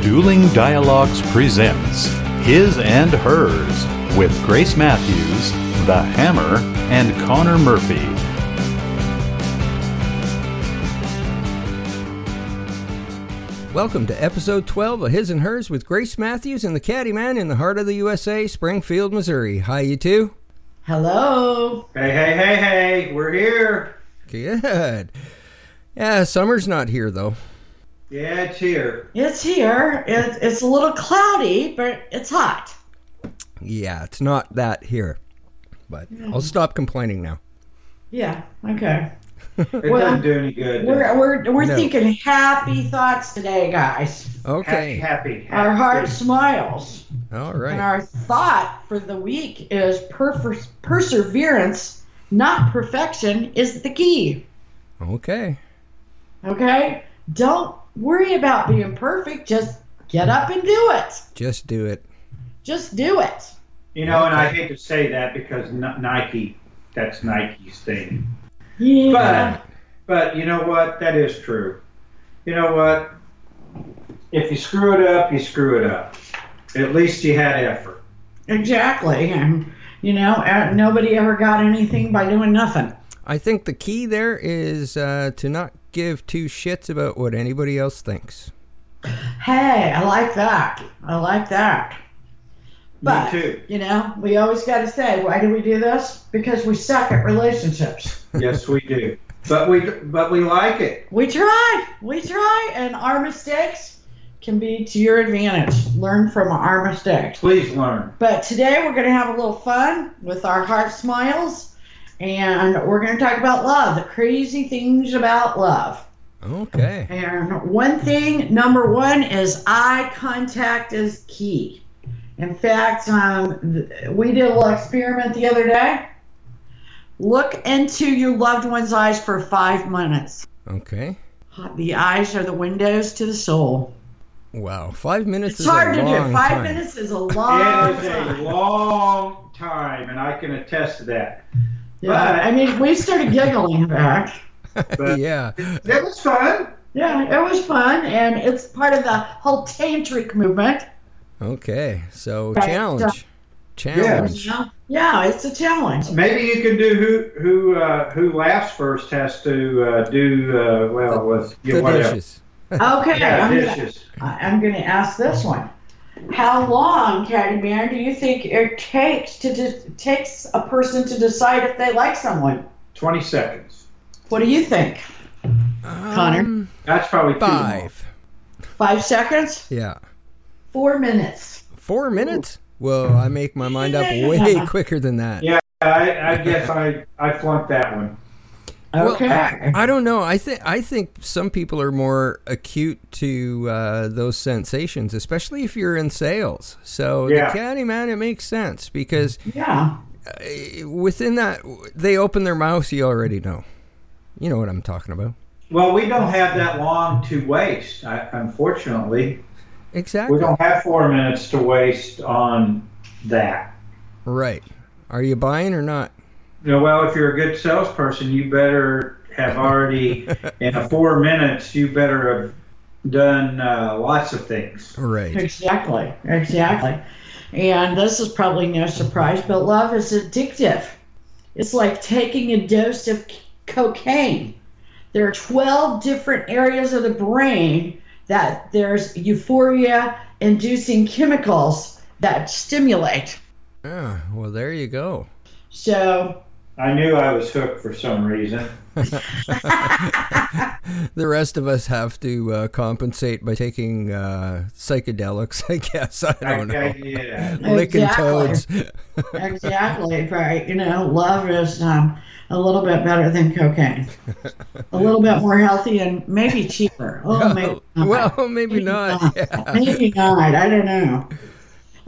Dueling Dialogues presents His and Hers with Grace Matthews, The Hammer, and Connor Murphy. Welcome to episode 12 of His and Hers with Grace Matthews and the Caddy Man in the heart of the USA, Springfield, Missouri. Hi, you two. Hello. Hey, hey, hey, hey, we're here. Good. Yeah, summer's not here though. Yeah, it's here. It's here. It, it's a little cloudy, but it's hot. Yeah, it's not that here. But I'll stop complaining now. Yeah. Okay. It Well, doesn't do any good. We're we're we're No. thinking happy thoughts today, guys. Okay. Happy, happy. Our heart happy. smiles, All and right. our thought for the week is perfer- perseverance, not perfection, is the key. Okay. Okay. Don't worry about being perfect. Just get up and do it. Just do it. Just do it. You know, and I hate to say that because N- Nike, that's Nike's thing. Yeah. But, but you know what? That is true. You know what? If you screw it up, you screw it up. At least you had effort. Exactly. And you know, uh, nobody ever got anything by doing nothing. I think the key there is uh, to not give two shits about what anybody else thinks. Hey, I like that. I like that. But, Me too. you know, we always got to say, why do we do this? Because we suck at relationships. Yes, we do. But we but we like it. We try. We try, and our mistakes can be to your advantage. Learn from our mistakes. Please learn. But today we're going to have a little fun with our heart smiles, and we're going to talk about love, the crazy things about love. Okay. And one thing, number one, is eye contact is key. In fact, um, th- we did a little experiment the other day. Look into your loved one's eyes for five minutes. Okay. The eyes are the windows to the soul. Wow. Five minutes It's is hard a to long do. Five time. minutes is a It long is a time. long time, and I can attest to that. Yeah, I mean, we started giggling back. But yeah. that was fun. Yeah, it was fun, and it's part of the whole tantric movement. Okay. So Right, challenge. Challenge. You know? Yeah, it's a challenge. Maybe you can do who who uh, who laughs first has to uh, do uh, well with yeah, The whatever. dishes. Okay, Yeah, I'm gonna- dishes. I- I'm going to ask this one. How long, Caddy Mare, do you think it takes to de- takes a person to decide if they like someone? Twenty seconds. What do you think? Connor? Um, That's probably too long. Five. Five seconds? Yeah. Four minutes. Four minutes? Well, I make my mind up way quicker than that. Yeah. I, I guess I I flunked that one. Well, Okay. I don't know. I think I think some people are more acute to uh, those sensations, especially if you're in sales. So Yeah. the caddy man, it makes sense because yeah. uh, within that they open their mouths, you already know. You know what I'm talking about. Well, we don't have that long to waste. I, unfortunately, we Exactly. don't have four minutes to waste on that. Right. Are you buying or not? You know, well, if you're a good salesperson, you better have already in four minutes. You better have done uh, lots of things. Right. Exactly. Exactly. And this is probably no surprise, but love is addictive. It's like taking a dose of c- cocaine. There are 12 different areas of the brain that there's euphoria inducing chemicals that stimulate. Ah, well, there you go. So, I knew I was hooked for some reason. The rest of us have to uh, compensate by taking uh, psychedelics, I guess. I don't know. Okay, yeah. Licking Exactly. toads. exactly, right. You know, love is um, a little bit better than cocaine, a little bit more healthy and maybe cheaper. Oh, maybe not. well, maybe not. Yeah. Maybe not. I don't know.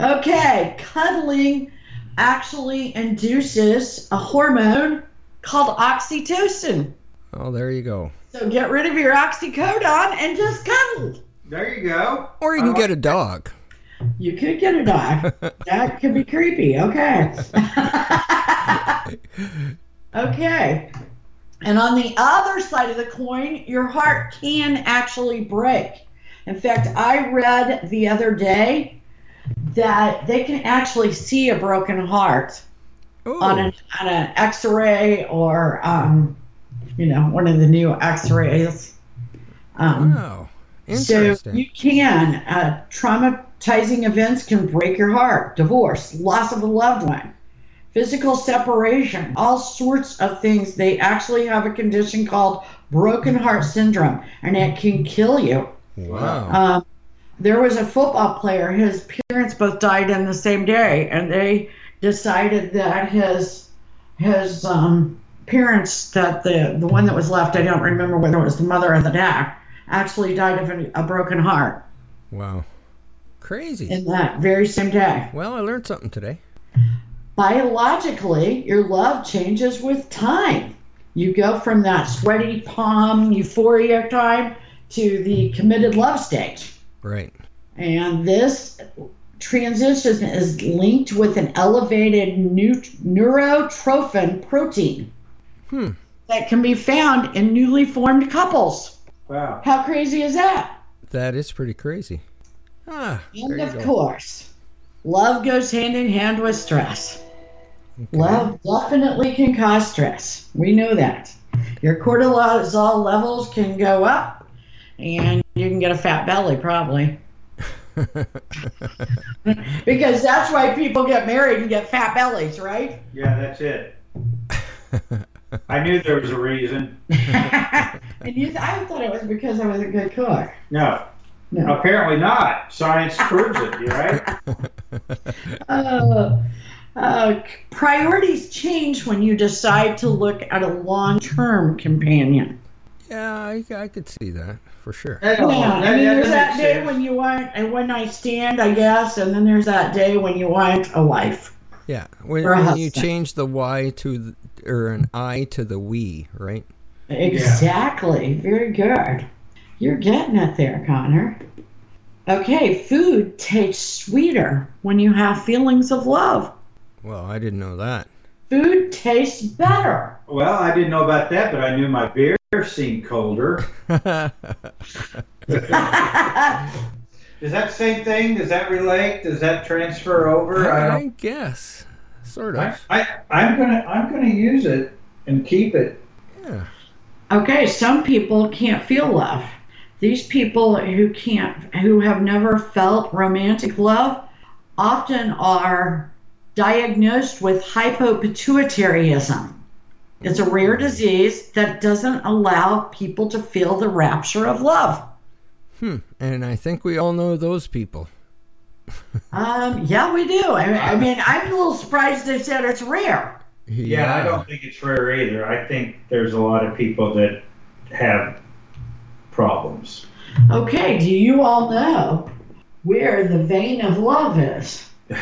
Okay, cuddling actually induces a hormone called oxytocin. Oh, there you go. So get rid of your oxycodone and just cuddle. There you go. Or you can get a dog. You could get a dog. that could be creepy. Okay. okay. And on the other side of the coin, your heart can actually break. In fact, I read the other day that they can actually see a broken heart Ooh. on an on an X-ray or um, you know one of the new X-rays. Um, wow. so Interesting. you can uh, traumatizing events can break your heart, divorce, loss of a loved one, physical separation, all sorts of things. They actually have a condition called broken heart syndrome, and it can kill you. wow. Um, there was a football player. His parents both died on the same day, and they decided that his his um, parents, that the the one that was left, I don't remember whether it was the mother or the dad, actually died of a, a broken heart wow. Crazy. in that very same day. well, I learned something today. Biologically, your love changes with time. You go from that sweaty palm euphoria time to the committed love stage. Right. And this transition is linked with an elevated neut- neurotrophin protein Hmm. that can be found in newly formed couples. Wow. How crazy is that? That is pretty crazy. Ah. And there you of go. course, love goes hand in hand with stress. Love definitely can cause stress. We know that. Your cortisol levels can go up, and you can get a fat belly probably. Because that's why people get married and get fat bellies, right? Yeah, that's it. I knew there was a reason. and you, I thought it was because I was a good cook. No, Oh, No. apparently not. Science proves it, you right? Uh, uh, priorities change when you decide to look at a long term companion. yeah, I, I could see that for sure. That Yeah, don't- I Oh, that- mean, that there's doesn't that make day sense. when you want a one night stand, I guess, and then there's that day when you want a wife. Yeah. When, For a when you husband. change the Y to, the, or an I to the we, right? Exactly. Very good. You're getting it there, Connor. Okay, food tastes sweeter when you have feelings of love. Well, I didn't know that. Food tastes better. Well, I didn't know about that, but I knew my beer seemed colder. Is that same thing? Does that relate? Does that transfer over? I don't. I guess. Sort I, of. I, I'm gonna I'm gonna use it and keep it. Yeah. Okay, some people can't feel love. These people who can't, who have never felt romantic love, often are diagnosed with hypopituitaryism. It's a rare disease that doesn't allow people to feel the rapture of love. Hmm. And I think we all know those people. Um, yeah, we do. I, I mean, I'm a little surprised they said it's rare. Yeah, I don't think it's rare either. I think there's a lot of people that have problems. Okay, do you all know where the vein of love is? I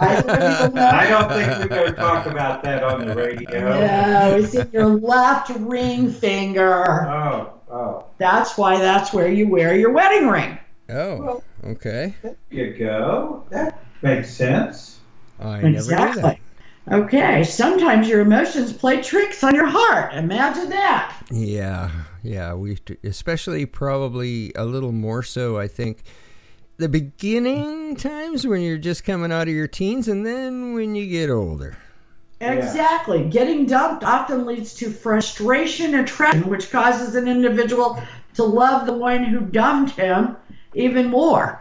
I don't know. don't think we're going to talk about that on the radio. No, it's in your left ring finger. Oh, oh, That's why that's where you wear your wedding ring. Oh. Okay. there you go. That makes sense. I never knew that. Okay, sometimes your emotions play tricks on your heart. Imagine that. Yeah, yeah, we especially probably a little more so. I think the beginning times when you're just coming out of your teens, and then when you get older. Exactly. Getting dumped often leads to frustration and attraction, which causes an individual to love the one who dumped him even more.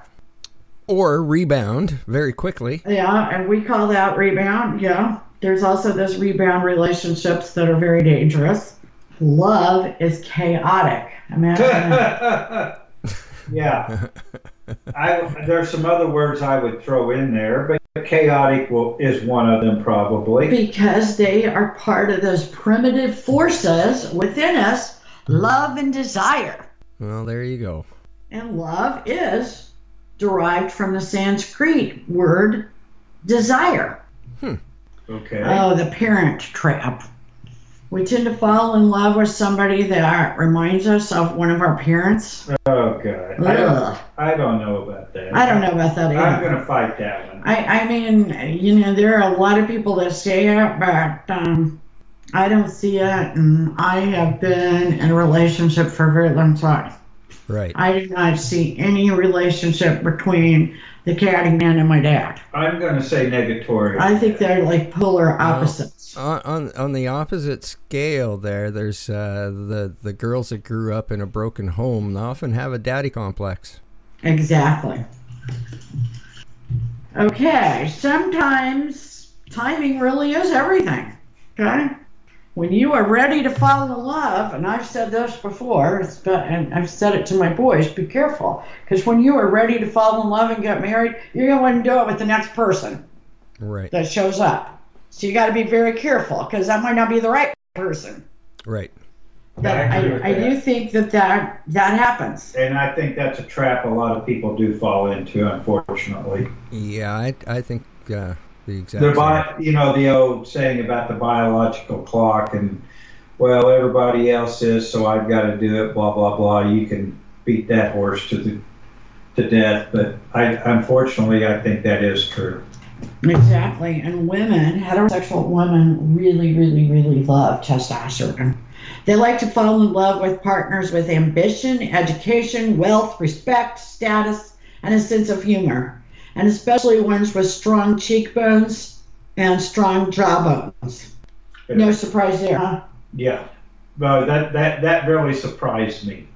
Or rebound very quickly. Yeah, and we call that rebound. Yeah. There's also those rebound relationships that are very dangerous. Love is chaotic. Imagine that. yeah. I, there's some other words I would throw in there, but chaotic will, is one of them probably. because they are part of those primitive forces within us love and desire. Well, there you go. And love is derived from the Sanskrit word desire. Okay. Oh, the parent trap. We tend to fall in love with somebody that reminds us of one of our parents. oh God. I Ugh. don't, I don't know about that. I don't know about that either. I'm going to fight that one. I, I mean, you know, there are a lot of people that say it, but um, I don't see it. And I have been in a relationship for a very long time. Right. I did not see any relationship between the caddy man and my dad. I'm going to say negatory. I think they're like polar opposites. on, on on the opposite scale there there's uh, the the girls that grew up in a broken home often have a daddy complex Exactly. Okay, sometimes timing really is everything. Okay? When you are ready to fall in love, and I've said this before, it's been, and I've said it to my boys be careful, because when you are ready to fall in love and get married, you're going to want to do it with the next person right that shows up. So you got to be very careful, because that might not be the right person. right But I agree I, with I that. do think that, that that happens. and I think that's a trap a lot of people do fall into, unfortunately. yeah i i think uh, the exact The same. bi- you know, the old saying about the biological clock and, well, everybody else is, so I've got to do it, blah, blah, blah. You can beat that horse to the to death, but I unfortunately I think that is true. Exactly. And women, heterosexual women, really, really, really love testosterone. They like to fall in love with partners with ambition, education, wealth, respect, status, and a sense of humor. And especially ones with strong cheekbones and strong jawbones. No surprise there. huh? Yeah. Well, that, that, that really surprised me.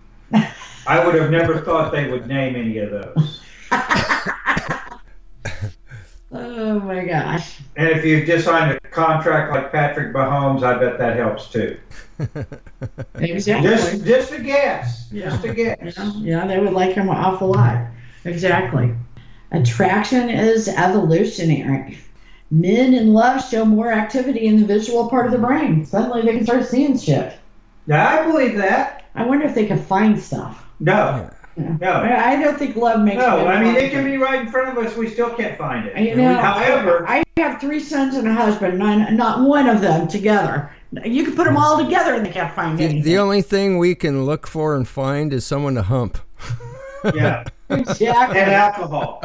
I would have never thought they would name any of those. Oh my gosh. And if you've just signed a contract like Patrick Mahomes, I bet that helps too. Exactly. Just, just a guess. Just a guess. Yeah, yeah, they would like him an awful lot. Exactly. Attraction is evolutionary. Men in love show more activity in the visual part of the brain. Suddenly they can start seeing shit. Now, I believe that. I wonder if they can find stuff. No. Yeah. No. I I don't think love makes No. men Oh. I mean, find it can be right in front of us. We still can't find it. You it. know, However- I have three sons and a husband, none, not one of them together. You can put them all together and they can't find the, the anything. only thing we can look for and find is someone to hump Yeah. Exactly. And alcohol.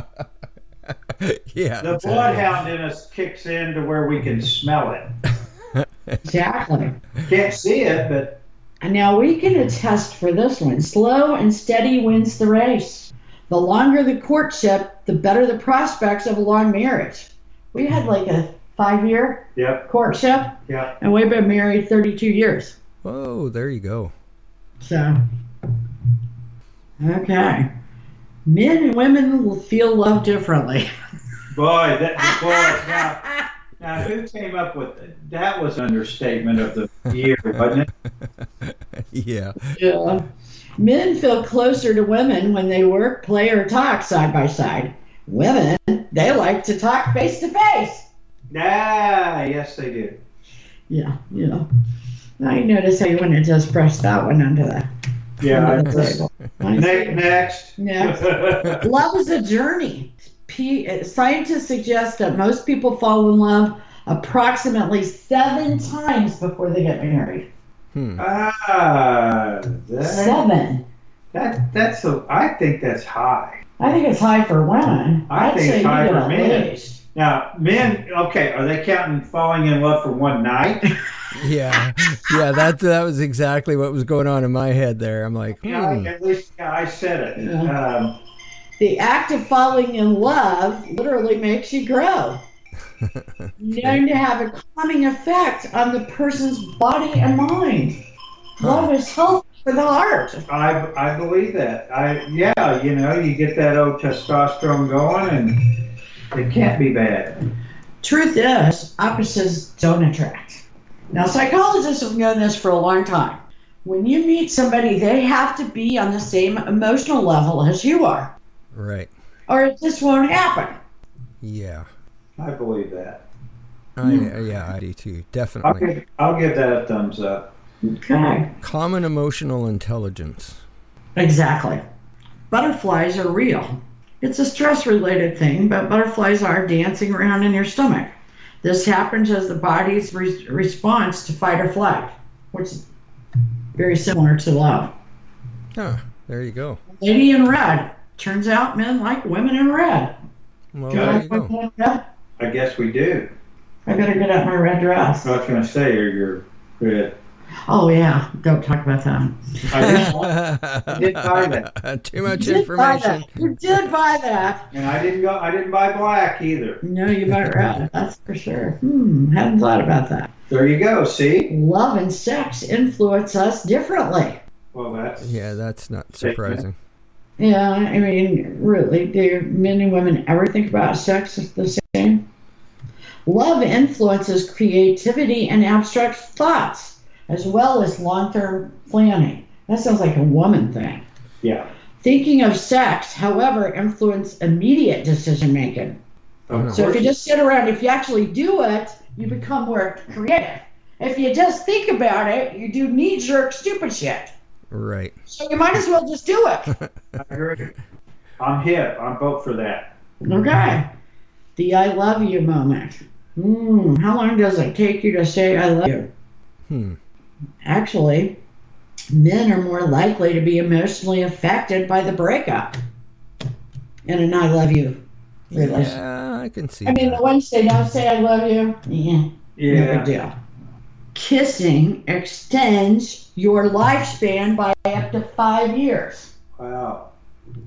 yeah The that's it. bloodhound in us kicks in to where we can smell it. exactly. Can't see it, but And now we can attest for this one. Slow and steady wins the race. The longer the courtship, the better the prospects of a long marriage. We had like a five year yep. courtship, Yep. and we've been married 32 years. oh there you go So, okay. Men and women will feel love differently. Boy, that boy. Now, Now, who came up with it? That was an understatement of the year, wasn't it? yeah Yeah. Men feel closer to women when they work, play, or talk side by side. Women, they like to talk face to face. Ah, yes, they did. Yeah, yeah. I notice how you want to just brush that one under the, Yeah. under the table. I Ne- see. next. Next. Love is a journey. P, uh, scientists suggest that most people fall in love approximately seven times before they get married. hmm, ah, that, Seven. that that's a. I think that's high. I think it's high for women. I I'd think say it's high you for at men. least. Now, men. Okay, are they counting falling in love for one night? yeah yeah that that was exactly what was going on in my head there i'm like hmm. Yeah, at least yeah, I said it. Yeah. Um, The act of falling in love literally makes you grow. Known to have a calming effect on the person's body and mind. Love is healthy for the heart. I, I believe that. I yeah, you know, you get that old testosterone going, and it can't be bad. Truth is, opposites don't attract. Now, psychologists have known this for a long time. When you meet somebody, they have to be on the same emotional level as you are, right or it just won't happen. yeah I believe that. I, yeah i do too I'll definitely give, I'll give that a thumbs up. Okay. common emotional intelligence Exactly. Butterflies are real. It's a stress related thing, but butterflies are dancing around in your stomach. This happens as the body's re- response to fight or flight, which is very similar to love. huh Ah, there you go Lady in red. Turns out men like women in red. well Yeah. there you Like go women in red. I guess we do. I better get out my red dress. I was going to say, or your good. Oh yeah, don't talk about that. I did, did buy that, Too much You did buy that. information. You did buy that. and I didn't go. I didn't buy black either. No, you might right. That's for sure. Hmm, hadn't thought about that. There you go. See? Love and sex influence us differently. Well, that's Yeah, that's not surprising. Yeah, I mean, really, do men and women ever think about sex as the same? Love influences creativity and abstract thoughts, as well as long term planning. That sounds like a woman thing. yeah. Thinking of sex, however, influence immediate decision making. Oh, Of So if course. you just sit around, if you actually do it, you become more creative. If you just think about it, you do knee jerk stupid shit. Right. So you might as well just do it. I agree. I'm hip. I'm vote for that. Okay. The I love you moment. Hmm. How long does it take you to say I love you? Hmm. Actually, men are more likely to be emotionally affected by the breakup in an I love you relationship. Yeah, I can see I mean, the that. ones they don't say I love you, yeah, no big Yeah. deal. Kissing extends your lifespan by up to five years. Wow.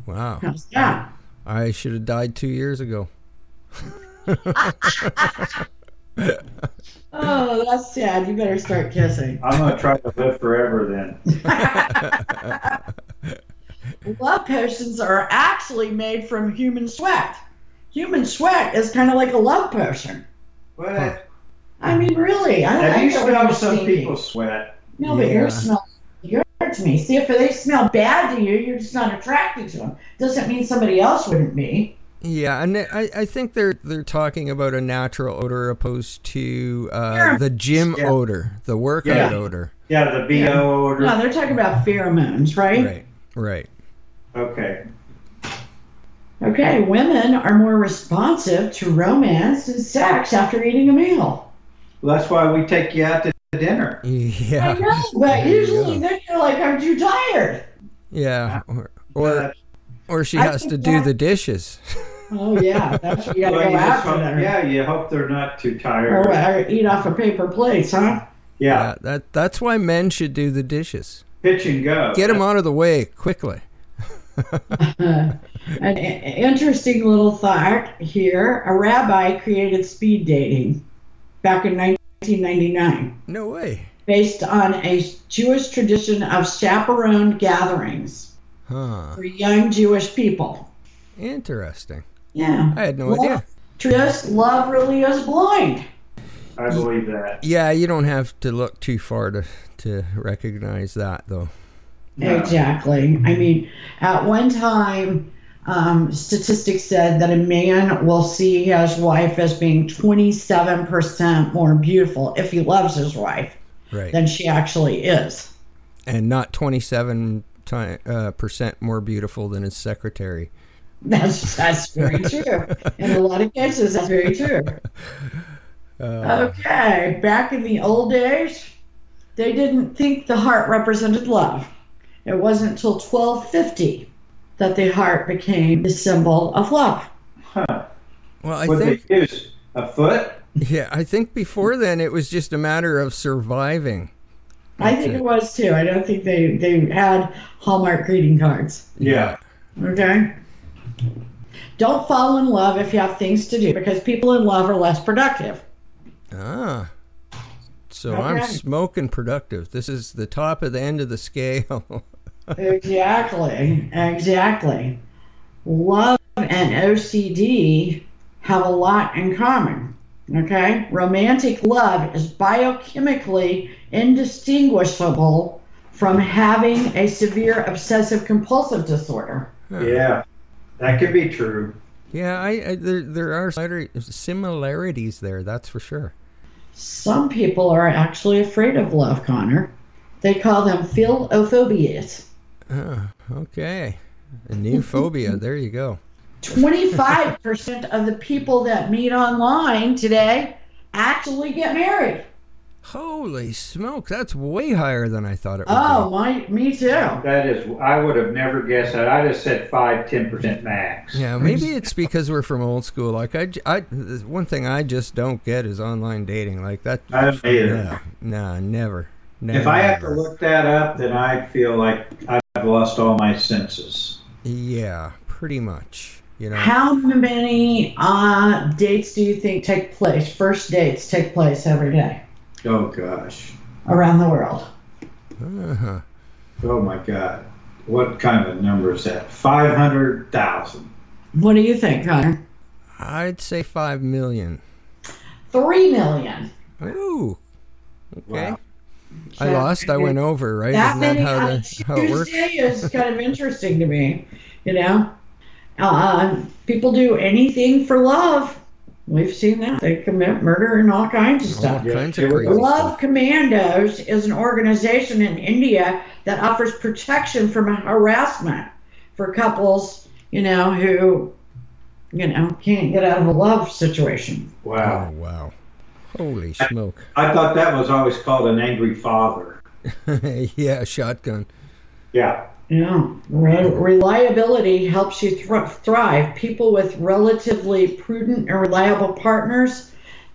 Wow. How's that? I should have died two years ago. Oh, that's sad. You better start kissing. I'm gonna try to live forever then. Love potions are actually made from human sweat. Human sweat is kind of like a love potion. What? I mean, really. I Have I you don't smelled understand some you. people's sweat? No, but Yeah. yours smell good to me. See, if they smell bad to you, you're just not attracted to them. Doesn't mean somebody else wouldn't be. Yeah, and I, I think they're they're talking about a natural odor opposed to uh, Yeah. the gym Yeah. odor, the workout Yeah. odor. Yeah, the bo Yeah. odor. No, they're talking about pheromones, right? Right. Right. Okay. Okay, women are more responsive to romance and sex after eating a meal. Well, that's why we take you out to dinner. Yeah. I know, but There you usually go. then you're like, aren't you tired? Yeah. Or Uh, or, or she I has think to do that- the dishes. Oh, yeah, that's what you gotta Well, go you just after hope- dinner. yeah, you hope they're not too tired. Or, or eat off a paper plate, huh? Yeah, Yeah, that that's why men should do the dishes. pitch and go. Get them out of the way quickly. An i- interesting little thought here. A rabbi created speed dating back in 1999 No way. based on a Jewish tradition of chaperone gatherings Huh. for young Jewish people. Interesting. Yeah. I had no Love- idea. To us, love really is blind. I believe that. Yeah, you don't have to look too far to to recognize that though. No. Exactly. I mean, at one time, um, statistics said that a man will see his wife as being 27% more beautiful if he loves his wife Right. than she actually is. and not 27 ti- uh, percent more beautiful than his secretary. That's that's very true. In a lot of cases, that's very true. okay, back in the old days, they didn't think the heart represented love. It wasn't until 1250 that the heart became the symbol of love. Well, I What think they use a foot. yeah, I think before then it was just a matter of surviving. I think it was too. I don't think they, they had Hallmark greeting cards. Yeah, Okay. Don't fall in love if you have things to do because people in love are less productive. Ah. So I'm Okay. smoking productive. This is the top of the end of the scale. Exactly. Exactly. Love and OCD have a lot in common. Okay? Romantic love is biochemically indistinguishable from having a severe obsessive compulsive disorder. yeah, that could be true. yeah, I, I there there are similar- similarities there, that's for sure. Some people are actually afraid of love, Connor. They call them philophobias. Ah, okay. A new phobia. There you go. 25% of the people that meet online today actually get married. Holy smoke, that's way higher than I thought it would Oh, my, me too. That is, I would have never guessed that. I just said five, ten percent max. be. Yeah, maybe it's because we're from old school. Like I, j- I- there's one thing I just don't get is online dating. Like that. I don't either. Yeah, nah, never. Now, If I have to look that up, then I feel like I've lost all my senses. Yeah, pretty much. You know, How many uh, dates do you think take place? First dates take place every day Oh gosh. around the world. uh-huh. Oh my God. What kind of a number is that? Five hundred thousand. What do you think, Connor? I'd say five million. Three million. Ooh, okay. Wow. I lost. I went over, right? That Isn't many that how, on the, how it works? Tuesday is kind of interesting to me. You know, uh, people do anything for love. We've seen that. They commit murder and all kinds of All stuff. kinds of Yeah. Oh, crazy Love stuff. Commandos is an organization in India that offers protection from harassment for couples, you know, who, you know, can't get out of a love situation. Oh, Wow. wow. Holy smoke. I thought that was always called an angry father. yeah, shotgun. Yeah. Yeah. Re- reliability helps you thr thrive. People with relatively prudent and reliable partners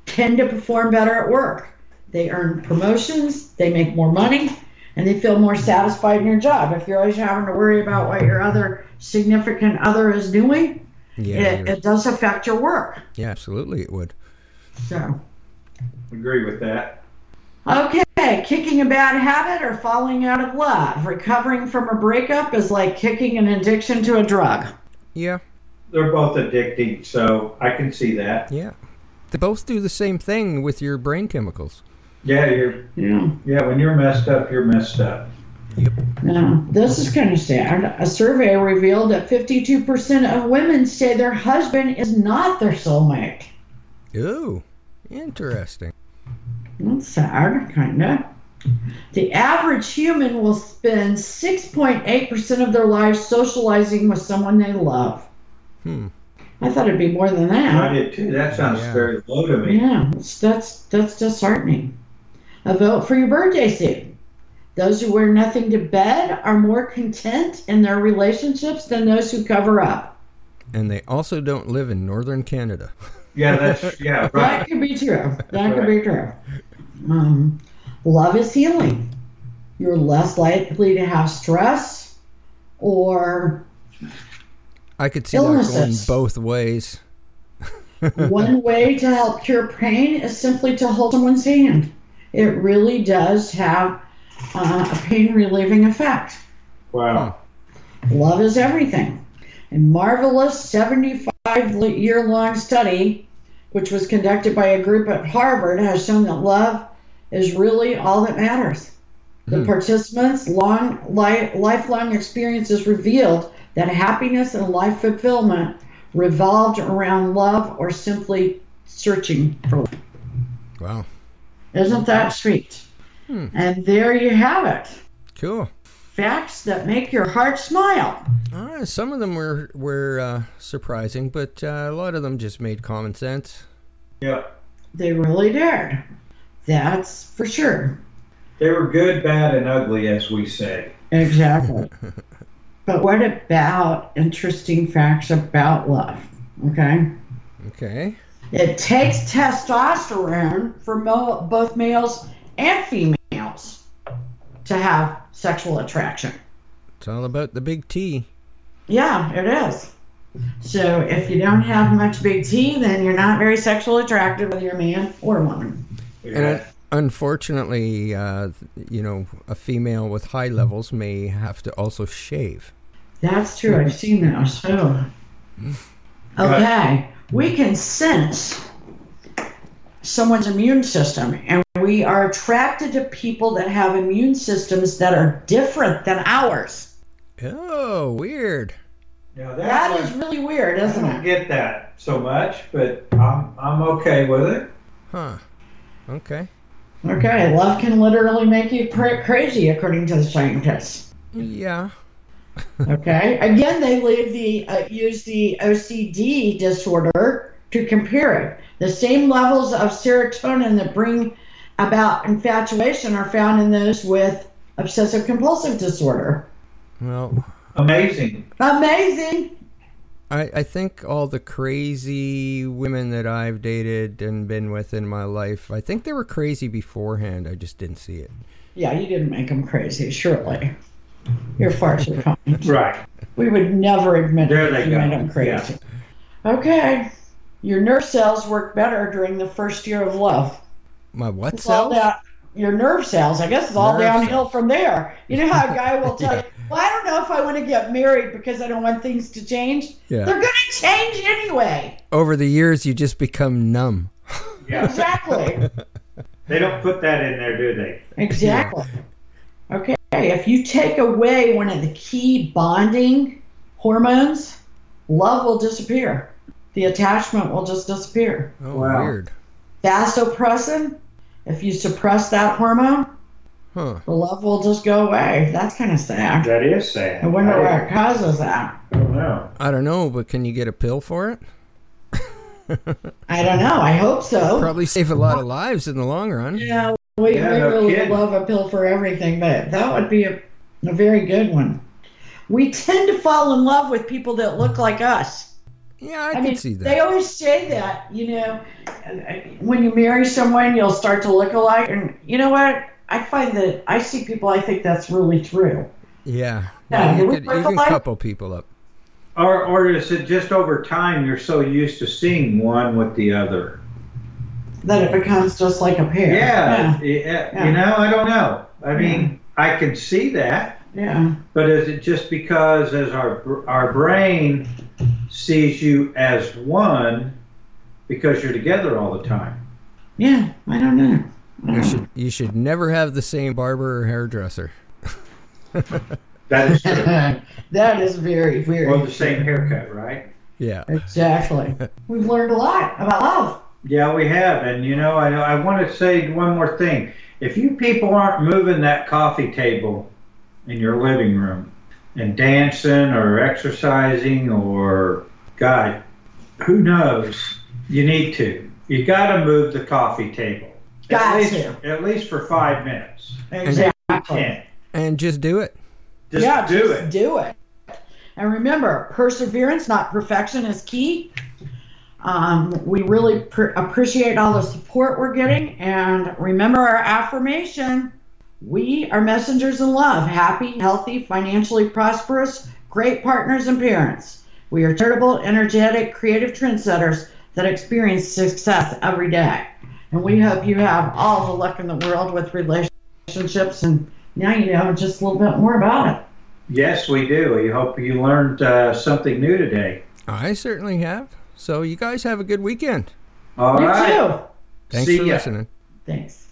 tend to perform better at work. They earn promotions, they make more money, and they feel more satisfied in your job. If you're always having to worry about what your other significant other is doing, Yeah, it, you're- it does affect your work. yeah, absolutely, it would. So, Agree with that. okay, kicking a bad habit or falling out of love. Recovering from a breakup is like kicking an addiction to a drug. Yeah, They're both addicting, so I can see that. yeah. They both do the same thing with your brain chemicals. Yeah, you're Yeah. yeah, when you're messed up, you're messed up. No, this is kind of sad. A survey revealed that 52% of women say their husband is not their soulmate. Ooh, interesting. That's sad, kind of. The average human will spend 6.8% of their lives socializing with someone they love. Hmm. I thought it'd be more than I that. did too. That sounds Yeah. very low to me. Yeah, that's, that's, that's disheartening. A vote for your birthday suit. Those who wear nothing to bed are more content in their relationships than those who cover up. And they also don't live in northern Canada. Yeah, that's yeah, right. That could be true. That could be true. Um, love is healing. You're less likely to have stress or I could see that going Illnesses. both ways. one way to help cure pain is simply to hold someone's hand. It really does have uh, a pain relieving effect. Wow. Love is everything. A marvelous 75 year long study, which was conducted by a group at Harvard, has shown that love is really all that matters. The participants' long li- lifelong experiences revealed that happiness and life fulfillment revolved around love or simply searching for love. Wow, Isn't that sweet? Hmm. And there you have it. cool. Facts that make your heart smile. Uh, some of them were were uh, surprising, but uh, a lot of them just made common sense. Yeah. They really did. That's for sure. They were good, bad and ugly as we say. Exactly. but what about interesting facts about love? Okay. Okay. It takes testosterone for mo- both males and females to have sexual attraction. It's all about the big T. Yeah, it is. So if you don't have much big T, then you're not very sexually attractive, whether you're a man or a woman. And Yeah. un- unfortunately, uh, th- you know, a female with high levels may have to also shave. That's true. I've seen those. So, okay, we can sense someone's immune system, and we are attracted to people that have immune systems that are different than ours. Oh, weird. Now That one- is really weird, I isn't don't it? get that so much, but I'm I'm okay with it. Huh. Okay. Okay, love can literally make you cra- crazy, according to the scientists. Yeah. Okay, again, they leave the uh, use the OCD disorder to compare it. The same levels of serotonin that bring about infatuation are found in those with obsessive compulsive disorder. Well, Amazing. Amazing. I, I think all the crazy women that I've dated and been with in my life, I think they were crazy beforehand. I just didn't see it. Yeah, you didn't make them crazy, surely. You're far too kind. Right. We would never admit There that they you go. made them crazy. Okay. Your nerve cells work better during the first year of love. My what It's all cells? down your nerve cells. I guess it's all Nerve downhill from there. You know how a guy will tell Yeah. you, "Well, I don't know if I want to get married because I don't want things to change." Yeah. They're going to change anyway. Over the years, you just become numb. Yeah. Exactly. They don't put that in there, do they? Exactly. Okay, if you take away one of the key bonding hormones, love will disappear. The attachment will just disappear. Oh, Wow. weird. Vasopressin, if you suppress that hormone, Huh. the love will just go away. That's kind of sad. That is sad. I wonder what causes that. I don't know. I don't know, but can you get a pill for it? I don't know. I hope so. Probably save a lot of lives in the long run. Yeah, we, Yeah, we no really kidding. love a pill for everything, but that would be a, a very good one. We tend to fall in love with people that look like us. Yeah, I, I can mean, see they that. always say that, you know, uh, when you marry someone, you'll start to look alike. And you know what? I find that I see people, I think that's really true. Yeah. Yeah, you, they could, look you can alike. couple people up. Or, or is it just over time you're so used to seeing one with the other? That it becomes just like a pair. Yeah, yeah, Yeah. you know, I don't know. I mean, I can see that, Yeah. yeah. but is it just because as our br- our brain sees you as one because you're together all the time? Yeah, I don't know. You should, you should never have the same barber or hairdresser. That is true. that is very, very or the same haircut, right? Yeah. Exactly. We've learned a lot about love. Yeah, we have, and you know, I I want to say one more thing. If you people aren't moving that coffee table in your living room and dancing or exercising or God, who knows, you need to. You got to move the coffee table. Got at least, to. At least for five minutes. Exactly. Ten. And just do it. Just yeah, do just it. Do it. And remember, perseverance, not perfection, is key. Um, we really pr- appreciate all the support we're getting. And remember our affirmation we are messengers in love, happy, healthy, financially prosperous, great partners and parents. We are charitable, energetic, creative trendsetters that experience success every day. And we hope you have all the luck in the world with relationships. And now you know just a little bit more about it. Yes, we do. We hope you learned uh, something new today. I certainly have. So you guys have a good weekend. All you right. too. Thanks See for ya. listening. Thanks.